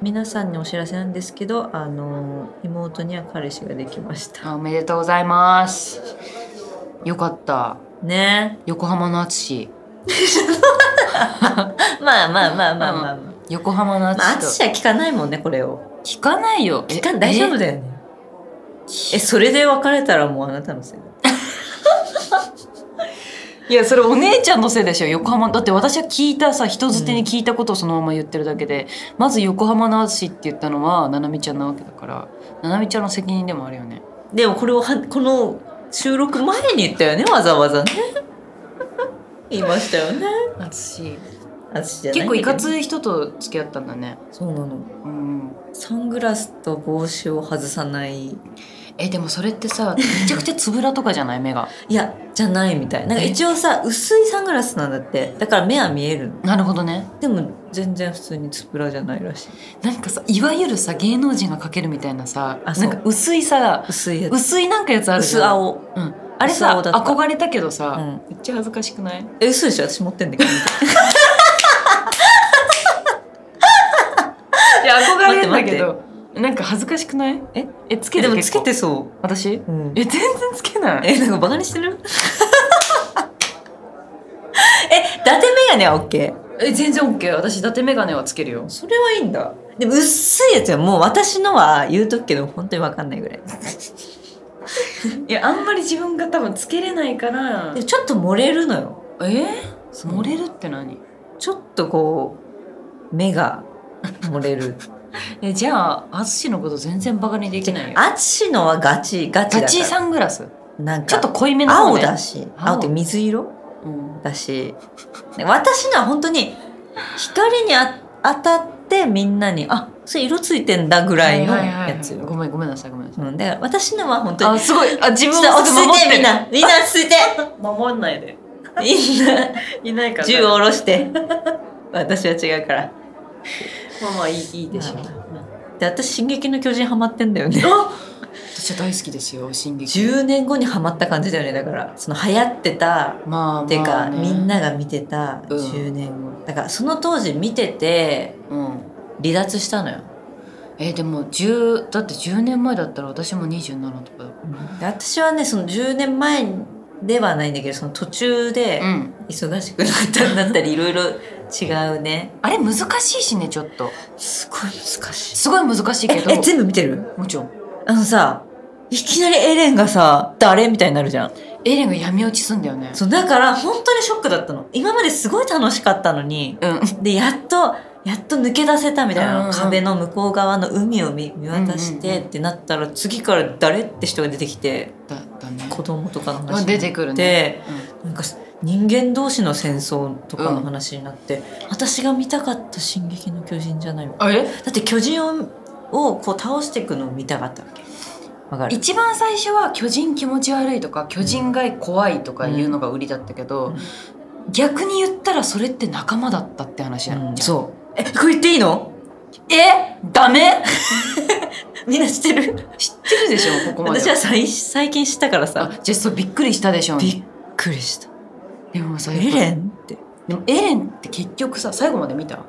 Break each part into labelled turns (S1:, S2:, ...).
S1: 皆さんにお知らせなんですけどあの妹には彼氏ができました
S2: あおめでとうございますよかった
S1: ね
S2: 横浜の淳
S1: まあまあまあまあまあまあ、
S2: 横浜の
S1: まあ、
S2: 淳と、
S1: 淳は聞かないもんねこれを
S2: 聞かないよ
S1: 聞かん大丈夫
S2: よ
S1: だよねえそれで別れたらもうあなたのせいだ
S2: いやそれお姉ちゃんのせいでしょ横浜だって私は聞いたさ人づてに聞いたことをそのまま言ってるだけで、まず横浜の淳って言ったのはななみちゃんなわけだからななみちゃんの責任でもあるよね
S1: でもこれをはこの収録前に言ったよねわざわ ざね言いましたよね
S2: 淳
S1: 私じゃない
S2: 結構いか
S1: い
S2: つい人と付き合ったんだね
S1: そうなの
S2: うん
S1: サングラスと帽子を外さない
S2: えでもそれってさめちゃくちゃつぶらとかじゃない目が
S1: いやじゃないみたいなんか
S2: え
S1: 一応さ薄いサングラスなんだってだから目は見えるの
S2: なるほどね
S1: でも全然普通につぶらじゃないらしい
S2: なんかさいわゆるさ芸能人がかけるみたいなさ
S1: あ
S2: なんか薄いさ
S1: 薄いやつ
S2: 薄いなんかやつあるじゃん
S1: 薄青
S2: うん、あれ
S1: 薄
S2: さ
S1: 青だった
S2: 憧れたけど
S1: う
S2: さ、
S1: ん
S2: めっちゃ恥ずかしくない
S1: え嘘でしょ私持ってんだけど
S2: いや憧
S1: れ
S2: れ
S1: て
S2: て
S1: んだ
S2: だ
S1: け
S2: け
S1: ど
S2: どなんか恥ずかしくない
S1: え
S2: えつけ
S1: えで
S2: て
S1: も
S2: 結
S1: つけ
S2: 構
S1: てそう
S2: 私
S1: うん
S2: え全然つけない
S1: えなんかバカにしてる え伊達メガネは OK
S2: え全然 OK 私伊達眼鏡はつけるよ
S1: それはいいんだでも薄いやつはもう私のは言うとくけど本当に分かんないぐらい
S2: いやあんまり自分が多分つけれないから
S1: でもちょっと漏れるのよ
S2: え漏れるって何
S1: ちょっとこう目が漏れ る
S2: えじゃあ淳のこと全然バカにできないよ
S1: 淳のはガチガチだ
S2: ガ
S1: から
S2: チサングラス
S1: なんか
S2: ちょっと濃いめの方
S1: 青
S2: ね
S1: だし
S2: 青
S1: 青って水色
S2: うん
S1: だしで私のは本当に光にあ当たってみんなにあそれ色ついてんだぐらいの
S2: はいはいはいはい
S1: やつよ
S2: ごめんごめんなさいごめんなさい
S1: うんだから私のは本当
S2: あ
S1: に
S2: すごいあ自
S1: ち
S2: 分
S1: ょっ
S2: を
S1: と落ち着いてみん
S2: る
S1: なみんな落ち着いて
S2: 守んないで
S1: み んない
S2: ないから
S1: 銃を下ろして私は違うから
S2: まあまあいいいいでしょう、
S1: まあで私「進撃の巨人」ハマってんだよね
S2: 私は大好きですよ進撃
S1: 10年後にハマった感じだよねだからその流行ってた
S2: まあ
S1: っていう
S2: ま
S1: か、
S2: あね
S1: みんなが見てた
S2: うん
S1: 10年後、だからその当時見てて
S2: うん
S1: 離脱したのよ、
S2: えーでも10だって10年前だったら私も27とかだか
S1: で私はねその10年前ではないんだけどその途中で
S2: らうん
S1: 忙しくなったりなったりいろいろ違うね
S2: あれ難しいしねちょっと
S1: すごい難しい
S2: すごい難しいけど
S1: ええ全部見てる
S2: もちろん
S1: あのさいきなりエレンがさ誰みたいになるじゃん
S2: エレンが闇落ちすんだよね
S1: そうだから本当にショックだったの今まですごい楽しかったのに
S2: うん
S1: でやっとやっと抜け出せたみたいな、
S2: うんうん
S1: 壁の向こう側の海を見見渡し
S2: うんう
S1: て
S2: んうん
S1: ってなったら、次から誰って人が出てきて
S2: だったね
S1: 子供とかの話
S2: まあ
S1: になっ
S2: 出てくるね、
S1: なんか人間同士の戦争とかの話になって、私が見たかった「進撃の巨人」じゃないわ
S2: うんあれ
S1: だって巨人ををこう倒していくのを見たかったわけわかる
S2: 一番最初は巨人気持ち悪いとか巨人が怖いとかいうのが売りだったけど、
S1: うん
S2: 逆に言ったらそれって仲間だったって話だ、
S1: うん
S2: じゃん
S1: そうえこれ言っていいの
S2: えダメ
S1: みんな知ってる
S2: 知ってるでしょここまで
S1: 私は最最近知ったからさ
S2: あジェストびっくりしたでしょ
S1: びっくりした
S2: でもさ
S1: 「
S2: やっ
S1: エ
S2: ぱ
S1: レン?」って
S2: でもエレンって結局さ最後まで見た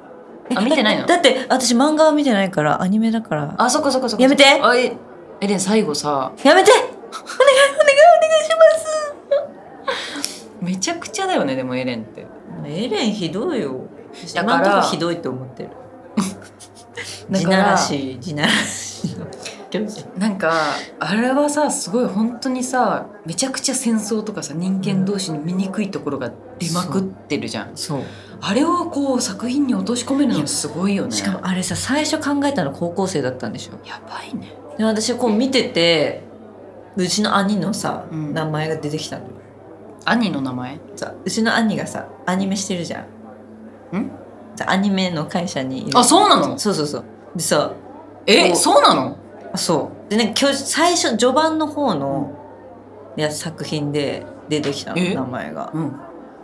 S2: あ見てないの
S1: だって私漫画は見てないからアニメだから
S2: あそっかそっかそっか
S1: やめて
S2: あえエレン最後さ
S1: やめて
S2: めちゃくちゃだよねでもエレンって
S1: エレンひどいよ
S2: だから
S1: 今んとこひどいと思 ってる
S2: だ
S1: 地
S2: か
S1: な
S2: ら
S1: らし地ならしの巨人
S2: なんかあれはさすごい本当にさめちゃくちゃ戦争とかさ人間同士の醜いところが出まくってるじゃん、
S1: そう
S2: あれをこう作品に落とし込めるのすごいよね
S1: しかもあれさ最初考えたの高校生だったんでしょ
S2: やばいね
S1: で私こう見ててうちの兄のさ、
S2: うん
S1: 名前が出てきたのよ
S2: 兄の名前
S1: さうちの兄がさアニメしてるじゃん
S2: ん
S1: さアニメの会社にいる
S2: あそうなの
S1: そうそうそうでさ
S2: え
S1: お
S2: そうなの
S1: あそうでなんか今日最初序盤の方の、いや作品で出てきたの
S2: え
S1: 名前が
S2: うん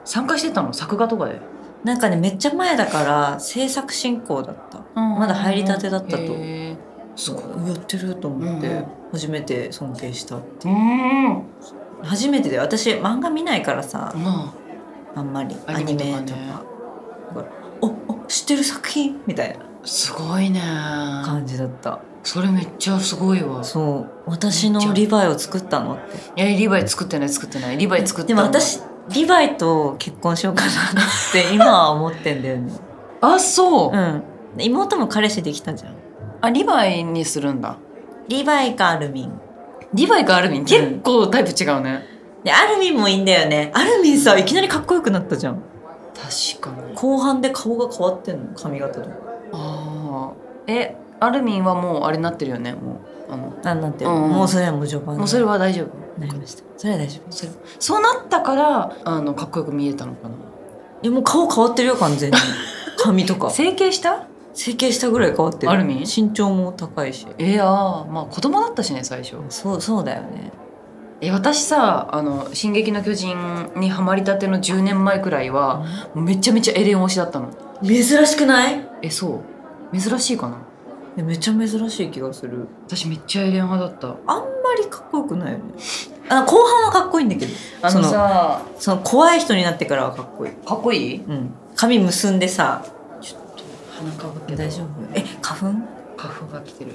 S2: 参加してたの作画とかで、
S1: なんかねめっちゃ前だから制作進行だったまだ入りたてだったと
S2: へーすごい
S1: やってると思って、
S2: うん
S1: 初めて尊敬した
S2: うん
S1: 初めてで私漫画見ないからさ
S2: ま
S1: あんまり
S2: あ
S1: アニメとか,、
S2: ね
S1: おお知ってる作品みたいな
S2: すごいね
S1: 感じだった、
S2: それめっちゃすごいわ
S1: そう私のリヴァイを作ったのって
S2: いやリヴァイ作ってない作ってないリヴァイ作った
S1: で
S2: の
S1: も私リヴァイと結婚しようかな って今は思ってんだよね
S2: あそう、
S1: うん妹も彼氏できたじゃん
S2: あリヴァイにするんだ
S1: リヴァイかアルミン
S2: リヴァイかアルミン結構タイプ違うね、
S1: でアルミンもいいんだよねアルミンさいきなりかっこよくなったじゃん
S2: 確かに
S1: 後半で顔が変わってんの髪型とか
S2: ああえアルミンはもうあれになってるよねもうあの
S1: なんなんていうの、
S2: うんうん
S1: もうそれはもう序盤で
S2: もうそれは大丈夫
S1: なりましたそれは大丈夫です
S2: それそうなったからあのかっこよく見えたのかない
S1: やもう顔変わってるよ完 全に髪とか
S2: 整形した
S1: 整形したぐらい変わってる
S2: アルミン
S1: 身長も高いし
S2: いやーまあ子供だったしね最初
S1: そうそうだよね
S2: え私さ「あの進撃の巨人」にハマりたての10年前くらいはめちゃめちゃエレン推しだったの
S1: 珍しくない
S2: えそう珍しいかな
S1: えめちゃ珍しい気がする
S2: 私めっちゃエレン派だった
S1: あんまりかっこよくないよねあ後半はかっこいいんだけど
S2: あのさ
S1: その怖い人になってからはかっこいい
S2: かっこいい
S1: うん髪結んでさ
S2: 鼻かぶっ
S1: い
S2: て
S1: や
S2: た
S1: 大丈夫え花粉
S2: 花粉が来てる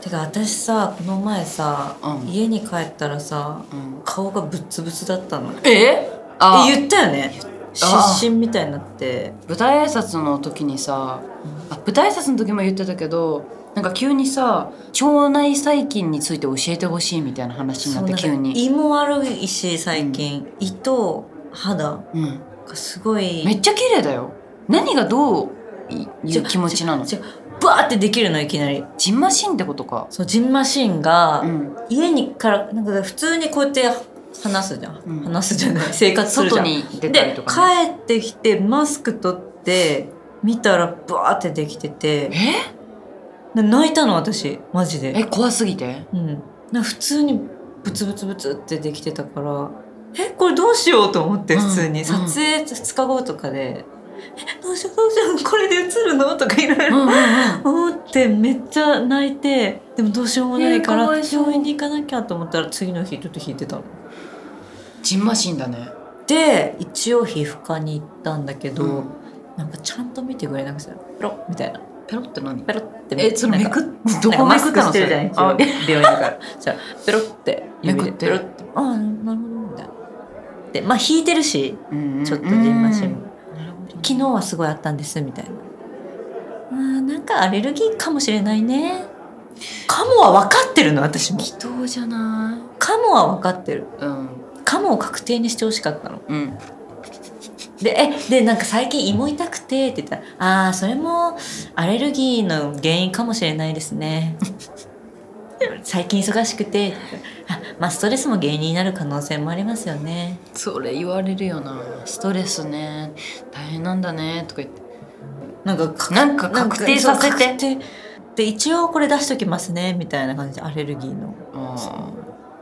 S1: てか私さこの前さ、
S2: うん
S1: 家に帰ったらさ
S2: うん
S1: 顔がぶっつぶつだったのえ
S2: えあ
S1: 言ったよね
S2: あ
S1: 失神みたいになって
S2: 舞台挨拶の時にさあ舞台挨拶の時も言ってたけどなんか急にさ腸内細菌について教えてほしいみたいな話になって
S1: そう
S2: 急
S1: なんか
S2: に、
S1: 胃も悪いし最近、胃と肌
S2: うん、
S1: がすごい
S2: めっちゃ綺麗だよ何がどういいう気持ちなの
S1: 違うバーってできるのいきなり
S2: ジンマシンってことか
S1: そうジンマシンが、
S2: うん
S1: 家にからなんか普通にこうやって話すじゃん、
S2: うん
S1: 話すじゃない生活するじ
S2: 外
S1: ゃん
S2: に出たり
S1: で
S2: とか、ね、
S1: 帰ってきてマスク取って見たらバーってできててで泣いたの私マジ
S2: ええ
S1: で、
S2: 怖すぎて
S1: うん、なんか普通にブツブツブツってできてたからえこれどうしようと思って
S2: うん
S1: 普通に、
S2: うん
S1: 撮影2日後とかで「えどうしようどうしようこれで映るの?」とかいろいろ
S2: うんうん
S1: 思ってめっちゃ泣いてでもどうしようもないか
S2: えー
S1: ら
S2: かわいそう
S1: 病院に行かなきゃと思ったら次の日ちょっと引いてたの。
S2: ジンマシンだね
S1: で一応皮膚科に行ったんだけど、
S2: うん
S1: なんかちゃんと見てくれなくてペロッみたいな
S2: ペロって何
S1: ペロッって
S2: えそれ
S1: なんか
S2: めくっど
S1: なんか
S2: こめ
S1: マ
S2: く
S1: ス
S2: っ
S1: ク
S2: た
S1: し
S2: の
S1: てるじゃない一
S2: それあ
S1: 応病院だ からじゃあペロッて指
S2: め
S1: で
S2: くって
S1: ペロッてああなるほどみたいなでまあ引いてるし
S2: うんうん
S1: ちょっとジンマシンも
S2: うんなるほどね
S1: 昨日はすごいあったんですみたいなあーなんかアレルギーかもしれないねカモは分かってるの私も
S2: 祈祷じゃな
S1: カモは分かってる
S2: いうん
S1: カモを確定にしてほしかったの
S2: うん
S1: でえでなんか最近胃も痛くてって言ったら「ああーそれもアレルギーの原因かもしれないです ね」最近忙しくてあ、まあ、ストレスも原因になる可能性もありますよね
S2: それ言われるよなストレスね大変なんだねとか言って
S1: なんかか
S2: なんか確定させて
S1: なんかそう確定で一応これ出しときますねみたいな感じでアレルギーの
S2: あ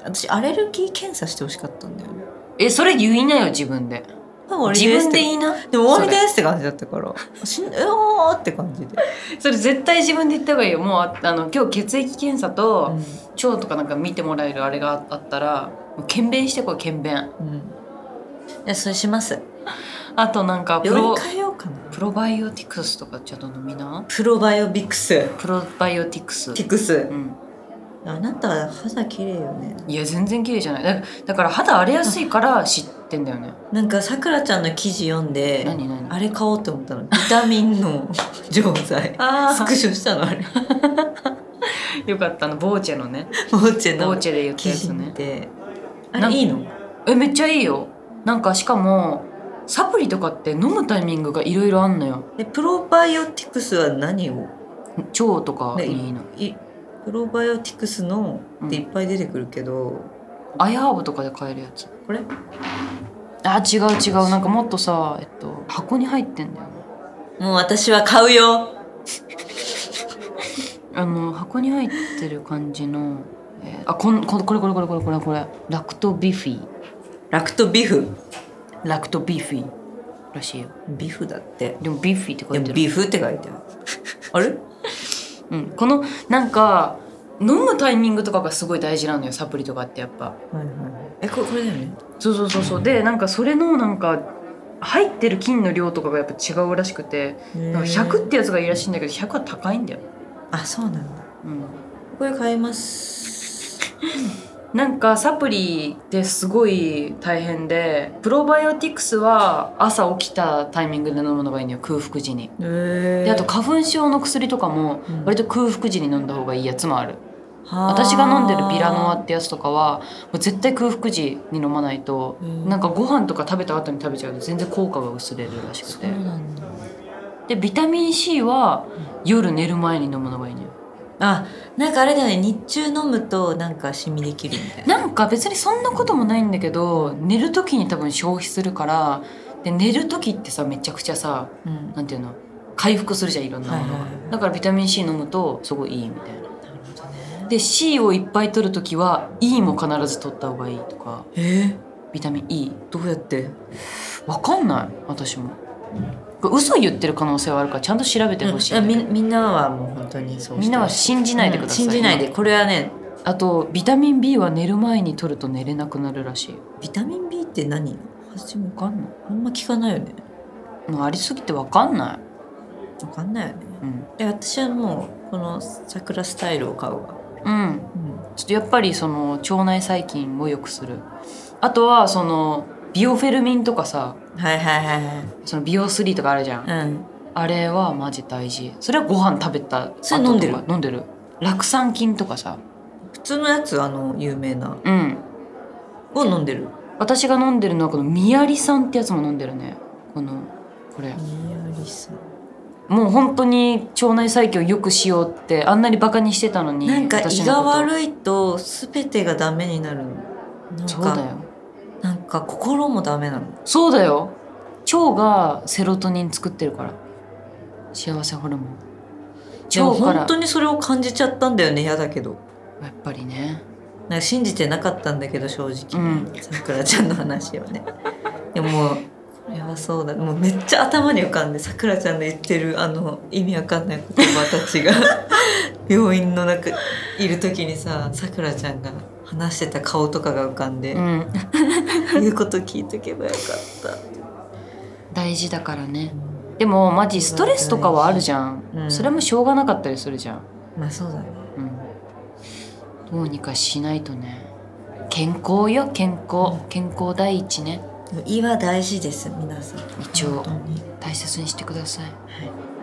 S1: 私アレルギー検査してほしかったんだよね
S2: ーえそれ言いなよ自分で
S1: 終わり
S2: 自
S1: ですっ
S2: 分
S1: て
S2: で言いな
S1: でも終わりですって感じだったからしんえおーって感じで、
S2: それ絶対自分で言った方がいいよもうああの今日血液検査
S1: う
S2: と
S1: ん
S2: 腸とかなんか見てもらえるあれがあったらもう検便してこい検便
S1: うん、いやそれします
S2: あとなんかプ
S1: 病
S2: ロ
S1: 院変えようかな
S2: プロバイオティクスとかちょっと飲みな
S1: プロバイオビクス
S2: プロバイオティクス
S1: ティクス
S2: うん
S1: あなた肌綺麗よね
S2: いや全然綺麗じゃないだだから肌荒れやすいから知ってんだよね
S1: なんかさくらちゃんの記事読んで
S2: 何何
S1: あれ買おうと思ったのビタミン の錠剤
S2: あ
S1: スクショしたのあれ
S2: よかったあのボーチェのね
S1: ボーチェ
S2: ボー
S1: の
S2: チェで言った
S1: 記
S2: や
S1: 事
S2: つ
S1: 見
S2: ね
S1: て
S2: やつね
S1: あれいいの
S2: えめっちゃいいよなんかしかもサプリとかって飲むタイミングがいろいろあんのよ
S1: でプロバイオティクスは何を
S2: 腸とかにいいの
S1: いプロバイオティクスのっていっぱい出てくるけど、
S2: アヤハーブとかで買えるやつ
S1: これ
S2: あ違う違うなんかもっとさ、えっと、箱に入ってんだよね
S1: もう私は買うよ
S2: あの箱に入ってる感じの、えーあこんここれこれこれこれこれこれラクトビフィ
S1: ラクトビフ
S2: ラクトビフィらしいよ
S1: ビフだって
S2: でもビフィって書
S1: で
S2: い
S1: も
S2: てる、
S1: ビフって書いてあるあれ
S2: うん、このなんか飲むタイミングとかがすごい大事なのよサプリとかってやっぱ
S1: はいはいはい。え、これ、これだよね。
S2: そうそうそうそうでなんかそれのなんか入ってる菌の量とかがやっぱ違うらしくて、なんか100ってやつがいいらしいんだけど100は高いんだよ、
S1: あそうなんだ
S2: うん、
S1: これ買います
S2: なんかサプリってすごい大変でプロバイオティクスは朝起きたタイミングで飲むのがいいのよ空腹時に
S1: え
S2: であと花粉症の薬とかも
S1: うん
S2: 割と空腹時に飲んだ方がいいやつもある、私が飲んでるビラノアってやつとかはもう絶対空腹時に飲まないと、
S1: うん
S2: なんかご飯とか食べた後に食べちゃうと全然効果が薄れるらしく
S1: そう
S2: て
S1: なんだ
S2: でビタミン C は夜寝る前に飲むのがいいのよ
S1: あなんかあれだよね日中飲むとなんかシミできるみたいな
S2: なんか別にそんなこともないんだけど寝る時に多分消費するからで寝る時ってさめちゃくちゃさ
S1: うん
S2: なんていうの回復するじゃんいろんなものが、
S1: はいはいはい
S2: だからビタミン C 飲むとすごいいいみたいなで C をいっぱい取る時は E も必ず取った方がいいとか
S1: え
S2: ビタミン E
S1: どうやって
S2: わかんない私もこれ嘘言ってる可能性はあるからちゃんと調べてほしい、
S1: うんみみんなはもう本当にそうして
S2: みんなは信じないでください、
S1: うん信じないでこれはね
S2: あとビタミン B は寝る前に取ると寝れなくなるらしい
S1: ビタミン B って何私も
S2: わかんない
S1: あんま聞かないよね
S2: もうありすぎてわかんな
S1: わかんないよね
S2: いうん
S1: え私はもうこの桜スタイルを買うわ、
S2: うん
S1: うん、
S2: ちょっとやっぱりその腸内細菌を良くするあとはそのビオフェルミンとかさ
S1: はいはいはいは
S2: そのビオ3とかあるじゃん、
S1: いうん
S2: あれはマジ大事それはご飯食べた後とか
S1: それ飲んでる
S2: 飲んでる酪酸菌とかさ
S1: 普通のやつあの有名な
S2: うん
S1: を飲んでる
S2: 私が飲んでるのはこのミアリ酸ってやつも飲んでるねこのこれ
S1: ミアリさん
S2: もう本当に腸内細菌を良くしようってあんなにバカにしてたのに
S1: なんか
S2: 私
S1: 胃が
S2: のこと
S1: 悪いと全てがダメになるなん
S2: そうだ
S1: か
S2: よ
S1: なんか心もダメなの
S2: そうだよ腸がセロトニン作ってるから幸せホルモン
S1: でも
S2: 腸から
S1: 本当にそれを感じちゃったんだよね嫌だけど
S2: やっぱりね
S1: なんか信じてなかったんだけど正直、
S2: うん
S1: さくらちゃんの話はねでももうこれはそうだもうめっちゃ頭に浮かんでさくらちゃんの言ってるあの意味わかんない言葉た ちが病院の中いる時にささくらちゃんが話してた顔とかが浮かんで、
S2: うん
S1: 言うこと聞いとけばよかった。
S2: 大事だからねでもマジストレスとかはあるじゃん、
S1: うん
S2: それもしょうがなかったりするじゃん、
S1: まあそうだね
S2: うん、どうにかしないとね健康よ健康健康第一ね
S1: でも胃は大事です皆さん
S2: 一応
S1: 本当に
S2: 大切にしてください
S1: はい